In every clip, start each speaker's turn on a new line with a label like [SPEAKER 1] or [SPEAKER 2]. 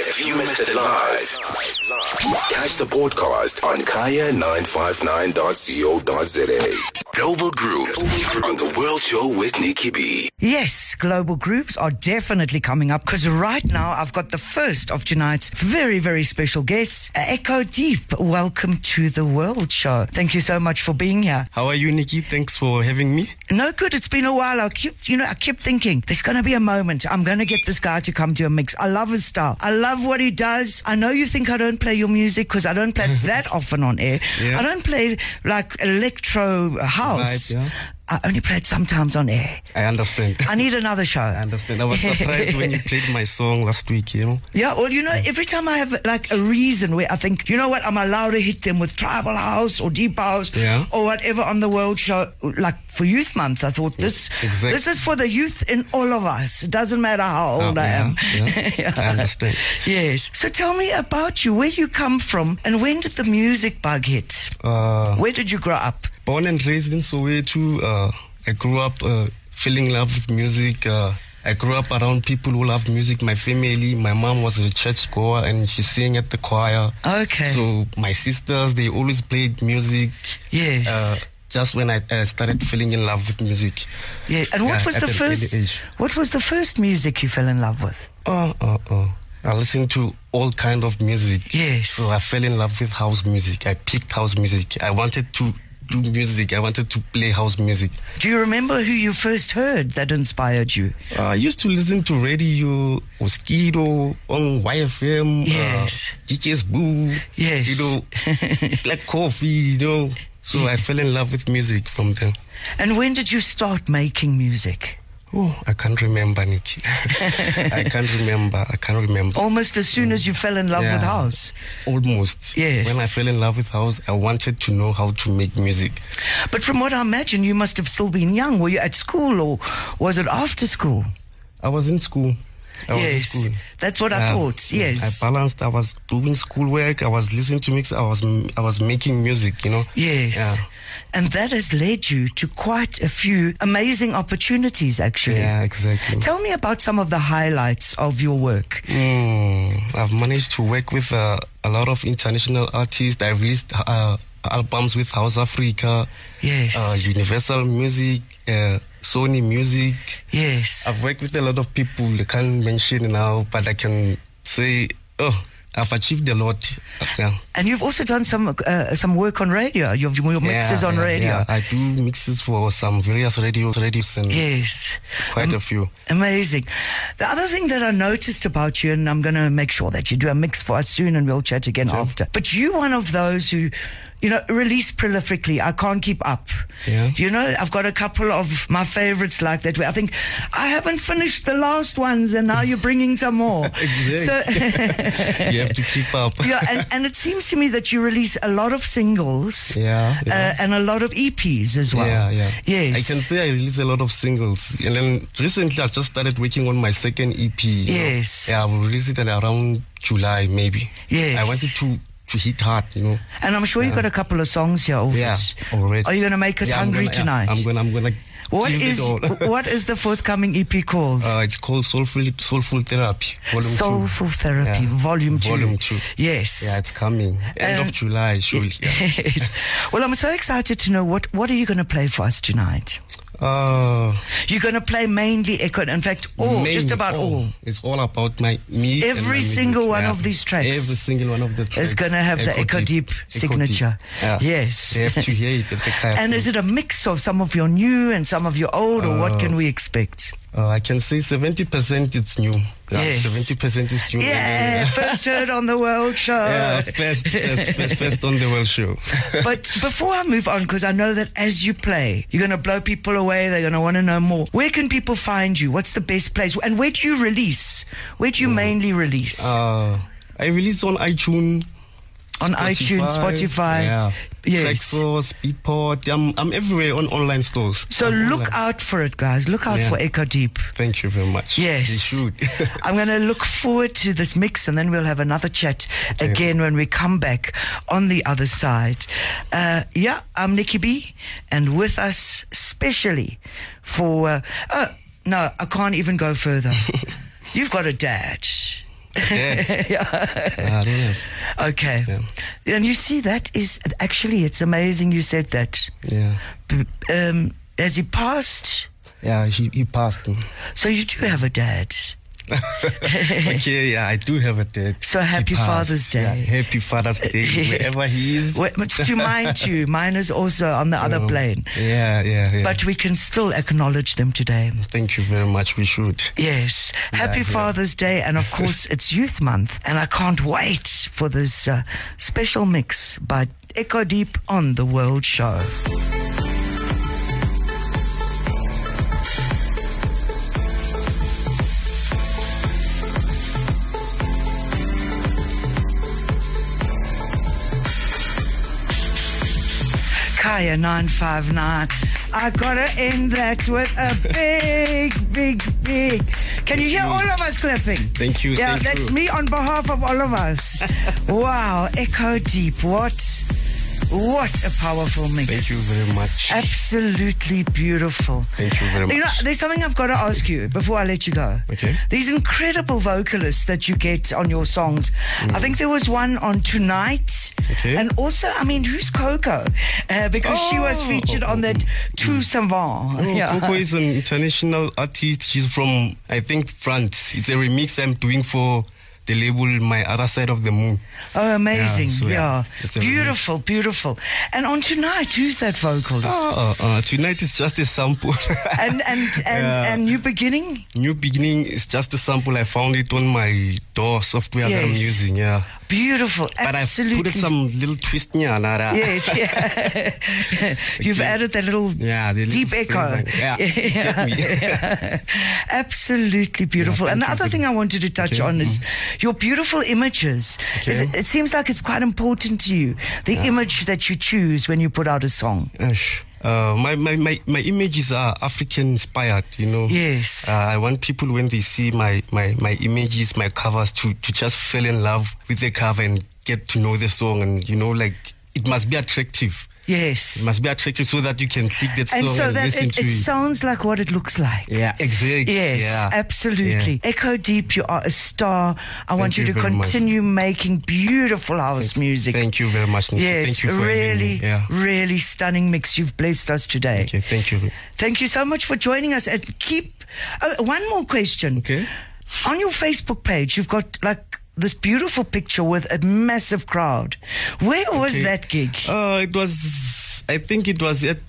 [SPEAKER 1] If you missed it live, catch the podcast on kaya959.co.za. Global Grooves on the World Show with Nikki B.
[SPEAKER 2] Yes, global grooves are definitely coming up because right now I've got the first of tonight's very, very special guests, uh, Echo Deep. Welcome to the World Show. Thank you so much for being here.
[SPEAKER 3] How are you, Nikki? Thanks for having me.
[SPEAKER 2] No good. It's been a while. I keep, you know, I kept thinking there's going to be a moment. I'm going to get this guy to come to a mix. I love his style. I love what he does. I know you think I don't play your music because I don't play it that often on air.
[SPEAKER 3] Yeah.
[SPEAKER 2] I don't play like electro house.
[SPEAKER 3] Right, yeah.
[SPEAKER 2] I only play it sometimes on air.
[SPEAKER 3] I understand.
[SPEAKER 2] I need another show.
[SPEAKER 3] I understand. I was surprised when you played my song last week, you know?
[SPEAKER 2] Yeah, well, you know, every time I have like a reason where I think, you know what, I'm allowed to hit them with tribal house or deep house
[SPEAKER 3] Yeah.
[SPEAKER 2] or whatever on the world show, like for Youth Month, I thought this
[SPEAKER 3] exact-
[SPEAKER 2] this is for the youth in all of us. It doesn't matter how
[SPEAKER 3] Oh,
[SPEAKER 2] old I
[SPEAKER 3] yeah,
[SPEAKER 2] am.
[SPEAKER 3] yeah. I understand.
[SPEAKER 2] Yes. So tell me about you, where you come from, and when did the music bug hit?
[SPEAKER 3] Uh,
[SPEAKER 2] Where did you grow up?
[SPEAKER 3] born and raised in Soweto, uh, I grew up uh, feeling in love with music. Uh, I grew up around people who love music. My family, my mom was a church goer and she sang at the choir.
[SPEAKER 2] Okay.
[SPEAKER 3] So my sisters, they always played music.
[SPEAKER 2] Yes.
[SPEAKER 3] Uh, just when I uh, started feeling in love with music.
[SPEAKER 2] yeah. And what
[SPEAKER 3] yeah,
[SPEAKER 2] was
[SPEAKER 3] at
[SPEAKER 2] the
[SPEAKER 3] an early
[SPEAKER 2] first?
[SPEAKER 3] age.
[SPEAKER 2] What was the first music you fell in love with?
[SPEAKER 3] Oh, oh, oh. I listened to all kind of music.
[SPEAKER 2] Yes.
[SPEAKER 3] So Oh, I fell in love with house music. I picked house music. I wanted to do music. I wanted to play house music.
[SPEAKER 2] Do you remember who you first heard that inspired you?
[SPEAKER 3] Uh, I used to listen to radio, Mosquito, on YFM.
[SPEAKER 2] Yes.
[SPEAKER 3] Uh, DJ's Boo.
[SPEAKER 2] Yes.
[SPEAKER 3] You know, Black Coffee, you know. So I fell in love with music from them.
[SPEAKER 2] And when did you start making music?
[SPEAKER 3] Oh, I can't remember, Nikki. I can't remember. I can't remember.
[SPEAKER 2] Almost as soon as you fell in love with
[SPEAKER 3] Mm. Yeah.
[SPEAKER 2] house.
[SPEAKER 3] Almost.
[SPEAKER 2] Yes.
[SPEAKER 3] When I fell in love with house, I wanted to know how to make music.
[SPEAKER 2] But from what I imagine, you must have still been young. Were you at school or was it after school?
[SPEAKER 3] I was in school. I was in
[SPEAKER 2] Yes.
[SPEAKER 3] school.
[SPEAKER 2] That's what I
[SPEAKER 3] Uh,
[SPEAKER 2] thought. Yes.
[SPEAKER 3] I balanced. I was doing schoolwork. I was listening to mix. I was I was making music. You know.
[SPEAKER 2] Yes.
[SPEAKER 3] Yeah.
[SPEAKER 2] And that has led you to quite a few amazing opportunities, actually.
[SPEAKER 3] Yeah. Exactly.
[SPEAKER 2] Tell me about some of the highlights of your work.
[SPEAKER 3] Mm, I've managed to work with uh, a lot of international artists. I released uh, albums with House Africa,
[SPEAKER 2] Yes.
[SPEAKER 3] uh, Universal Music, uh, Sony Music.
[SPEAKER 2] yes.
[SPEAKER 3] I've worked with a lot of people. I can't mention now, but I can say, oh, I've achieved a lot. Yeah.
[SPEAKER 2] and you've also done some uh, some work on radio. Your, your mixes on
[SPEAKER 3] yeah,
[SPEAKER 2] radio.
[SPEAKER 3] yeah. I do mixes for some various radio radios and
[SPEAKER 2] Yes.
[SPEAKER 3] quite a few.
[SPEAKER 2] Amazing. The other thing that I noticed about you, and I'm going to make sure that you do a mix for us soon, and we'll chat again after. But you, one of those who, you know, release prolifically. I can't keep up.
[SPEAKER 3] Yeah.
[SPEAKER 2] You know, I've got a couple of my favorites like that. Where I think I haven't finished the last ones, and now you're bringing some more.
[SPEAKER 3] Exactly.
[SPEAKER 2] So,
[SPEAKER 3] you have to keep up.
[SPEAKER 2] yeah, and, and it seems to me that you release a lot of singles.
[SPEAKER 3] Yeah, yeah.
[SPEAKER 2] Uh, and a lot of EPs as well.
[SPEAKER 3] yeah, yeah.
[SPEAKER 2] Yes.
[SPEAKER 3] I can say I released a lot of singles, and then recently I just started working on my second EP. you know.
[SPEAKER 2] Yes.
[SPEAKER 3] Yeah, I will release it around July maybe.
[SPEAKER 2] Yes.
[SPEAKER 3] I wanted to to hit hard, you know.
[SPEAKER 2] And I'm sure you've got a couple of songs here. Ulfus.
[SPEAKER 3] Yeah, already.
[SPEAKER 2] Are you going to make us
[SPEAKER 3] Yeah, I'm
[SPEAKER 2] hungry
[SPEAKER 3] gonna- yeah,
[SPEAKER 2] tonight?
[SPEAKER 3] I'm gonna, I'm gonna.
[SPEAKER 2] What
[SPEAKER 3] give
[SPEAKER 2] is
[SPEAKER 3] It all.
[SPEAKER 2] what is the forthcoming EP called?
[SPEAKER 3] Uh, it's called Soulful Soulful Therapy Volume
[SPEAKER 2] Soulful
[SPEAKER 3] Two.
[SPEAKER 2] Therapy,
[SPEAKER 3] Yeah.
[SPEAKER 2] Volume Two.
[SPEAKER 3] Volume Two.
[SPEAKER 2] Yes.
[SPEAKER 3] Yeah, it's coming end
[SPEAKER 2] Um,
[SPEAKER 3] of July, surely. Yeah.
[SPEAKER 2] yes. Well, I'm so excited to know what what are you going to play for us tonight?
[SPEAKER 3] Uh,
[SPEAKER 2] You're going to play mainly echo. In fact, all
[SPEAKER 3] mainly
[SPEAKER 2] Oh, just about all.
[SPEAKER 3] It's all about my me. and
[SPEAKER 2] Every
[SPEAKER 3] my music,
[SPEAKER 2] single one of these tracks
[SPEAKER 3] Every single one of the tracks
[SPEAKER 2] Is going to have the Echo Deep, signature.
[SPEAKER 3] Yeah.
[SPEAKER 2] Yes.
[SPEAKER 3] They have to hear it at the car.
[SPEAKER 2] and is it a mix of some of your new and some of your old, or what
[SPEAKER 3] Oh.
[SPEAKER 2] can we expect?
[SPEAKER 3] Uh, I can say seventy percent it's new.
[SPEAKER 2] Yes.
[SPEAKER 3] Seventy percent is new.
[SPEAKER 2] Yeah, first heard on the world show.
[SPEAKER 3] Yeah, first, first, first, first on the world show.
[SPEAKER 2] But before I move on, because I know that as you play, you're going to blow people away. They're going to want to know more. Where can people find you? What's the best place? And where do you release? Where do you mainly release?
[SPEAKER 3] Mm. Uh, I release on iTunes.
[SPEAKER 2] on iTunes, Spotify.
[SPEAKER 3] Yeah.
[SPEAKER 2] Yes.
[SPEAKER 3] Tracksource, Beatport. I'm, I'm everywhere on online stores.
[SPEAKER 2] So
[SPEAKER 3] I'm
[SPEAKER 2] look
[SPEAKER 3] online.
[SPEAKER 2] out for it, guys. Look out
[SPEAKER 3] Yeah.
[SPEAKER 2] for Echo Deep.
[SPEAKER 3] Thank you very much.
[SPEAKER 2] Yes.
[SPEAKER 3] You should.
[SPEAKER 2] I'm going to look forward to this mix and then we'll have another chat again when we come back on the other side. Uh, yeah, I'm Nikki B and with us specially for. Uh, oh, no, I can't even go further. You've got a dad.
[SPEAKER 3] Yeah. Ah, I don't have.
[SPEAKER 2] Okay. And you see, that is actually, it's amazing you said that.
[SPEAKER 3] Yeah.
[SPEAKER 2] B- Um, has he passed?
[SPEAKER 3] Yeah, he, he passed.
[SPEAKER 2] So you do have a dad.
[SPEAKER 3] okay, yeah, I do have a dad.
[SPEAKER 2] So
[SPEAKER 3] He
[SPEAKER 2] happy
[SPEAKER 3] passed.
[SPEAKER 2] Father's
[SPEAKER 3] Yeah,
[SPEAKER 2] Day.
[SPEAKER 3] happy Father's Day, wherever he is.
[SPEAKER 2] Well, but to mind you, mine is also on the other
[SPEAKER 3] Um,
[SPEAKER 2] plane.
[SPEAKER 3] Yeah, yeah, yeah.
[SPEAKER 2] But we can still acknowledge them today.
[SPEAKER 3] Thank you very much. We should.
[SPEAKER 2] Yes. Happy
[SPEAKER 3] yeah.
[SPEAKER 2] Father's Day. And of course, it's Youth Month. And I can't wait for this uh, special mix by Echo Deep on The World Show. Kaya 959. I gotta end that with a big, big, big. Can you hear all of us clapping?
[SPEAKER 3] Thank you,
[SPEAKER 2] Yeah,
[SPEAKER 3] thank
[SPEAKER 2] that's
[SPEAKER 3] you.
[SPEAKER 2] me on behalf of all of us. wow, Echo Deep. What, what a powerful mix.
[SPEAKER 3] Thank you very much.
[SPEAKER 2] Uh, Absolutely beautiful.
[SPEAKER 3] Thank you very
[SPEAKER 2] You know,
[SPEAKER 3] much.
[SPEAKER 2] there's something I've got to ask you before I let you go.
[SPEAKER 3] Okay.
[SPEAKER 2] These incredible vocalists that you get on your songs. I think there was one on Tonight.
[SPEAKER 3] Okay.
[SPEAKER 2] And also, I mean, who's Coco? Uh, because she was
[SPEAKER 3] Oh.
[SPEAKER 2] featured on that Tout Savant.
[SPEAKER 3] Oh, Coco is an international artist. She's from, I think, France. It's a remix I'm doing for the label My Other Side of the Moon.
[SPEAKER 2] Oh, amazing. Yeah.
[SPEAKER 3] Yeah, so, yeah, it's a
[SPEAKER 2] Beautiful, beautiful. And on Tonight, who's that vocalist?
[SPEAKER 3] Uh, uh, tonight is just a sample.
[SPEAKER 2] Oh. And, and, and,
[SPEAKER 3] Yeah.
[SPEAKER 2] and New Beginning?
[SPEAKER 3] New Beginning is just a sample. I found it on my door software that I'm
[SPEAKER 2] Yes.
[SPEAKER 3] using, yeah.
[SPEAKER 2] Beautiful.
[SPEAKER 3] But
[SPEAKER 2] Absolutely.
[SPEAKER 3] I've put it some little twist in yeah,
[SPEAKER 2] Yes, yeah. You've added that little
[SPEAKER 3] Yeah, the little
[SPEAKER 2] deep echo.
[SPEAKER 3] flavor. Yeah, you get me.
[SPEAKER 2] yeah. Absolutely beautiful. and the
[SPEAKER 3] thank you,
[SPEAKER 2] other
[SPEAKER 3] thank
[SPEAKER 2] thing I wanted to touch
[SPEAKER 3] Okay. mm-hmm.
[SPEAKER 2] on is your beautiful images. Is
[SPEAKER 3] Okay.
[SPEAKER 2] It, it seems like it's quite important to you, the image that you choose when you put out a song.
[SPEAKER 3] Ash. Uh, my, my, my, my images are African inspired, you know.
[SPEAKER 2] Yes.
[SPEAKER 3] Uh, I want people when they see my, my, my images, my covers to, to just fall in love with the cover and get to know the song and you know like it must be attractive. It
[SPEAKER 2] Yes.
[SPEAKER 3] must be attractive so that you can click that
[SPEAKER 2] And
[SPEAKER 3] song
[SPEAKER 2] so
[SPEAKER 3] and
[SPEAKER 2] that
[SPEAKER 3] listen
[SPEAKER 2] it,
[SPEAKER 3] to
[SPEAKER 2] it
[SPEAKER 3] it.
[SPEAKER 2] sounds like what it looks like.
[SPEAKER 3] yeah, exactly.
[SPEAKER 2] Yes,
[SPEAKER 3] yeah.
[SPEAKER 2] absolutely.
[SPEAKER 3] Yeah.
[SPEAKER 2] Echo Deep, you are a star. I want you,
[SPEAKER 3] you
[SPEAKER 2] to
[SPEAKER 3] very much.
[SPEAKER 2] continue making beautiful house music.
[SPEAKER 3] Thank you very much. Nikki.
[SPEAKER 2] Yes,
[SPEAKER 3] thank you for having
[SPEAKER 2] really,
[SPEAKER 3] me. Yeah.
[SPEAKER 2] really stunning mix. You've blessed us today.
[SPEAKER 3] Okay, thank you.
[SPEAKER 2] Thank you so much for joining us. And keep oh, one more question.
[SPEAKER 3] Okay.
[SPEAKER 2] On your Facebook page, you've got like this beautiful picture with a massive crowd. Where was
[SPEAKER 3] Okay.
[SPEAKER 2] that gig?
[SPEAKER 3] Uh, it was, I think it was at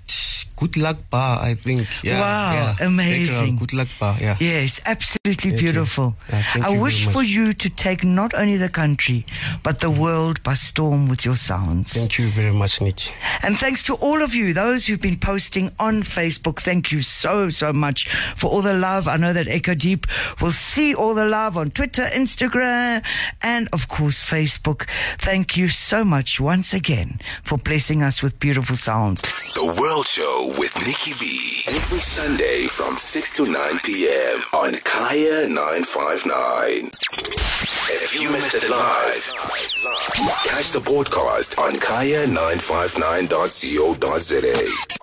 [SPEAKER 3] Good Luck Bar, I think. Yeah,
[SPEAKER 2] Wow,
[SPEAKER 3] yeah. Background,
[SPEAKER 2] amazing.
[SPEAKER 3] Good Luck Bar, yeah.
[SPEAKER 2] Yes, absolutely
[SPEAKER 3] Thank you.
[SPEAKER 2] beautiful.
[SPEAKER 3] Yeah, thank
[SPEAKER 2] I
[SPEAKER 3] you
[SPEAKER 2] wish
[SPEAKER 3] very
[SPEAKER 2] for
[SPEAKER 3] much.
[SPEAKER 2] you to take not only the country, but the world by storm with your sounds.
[SPEAKER 3] Thank you very much, Nick.
[SPEAKER 2] And thanks to all of you, those who've been posting on Facebook. Thank you so, so much for all the love. I know that Echo Deep will see all the love on Twitter, Instagram, and of course, Facebook. Thank you so much once again for blessing us with beautiful sounds.
[SPEAKER 1] The World Show with Nikki B. Every Sunday from 6 to 9 p.m. on Kaya 959. If you missed it live, catch the broadcast on kaya959.co.za.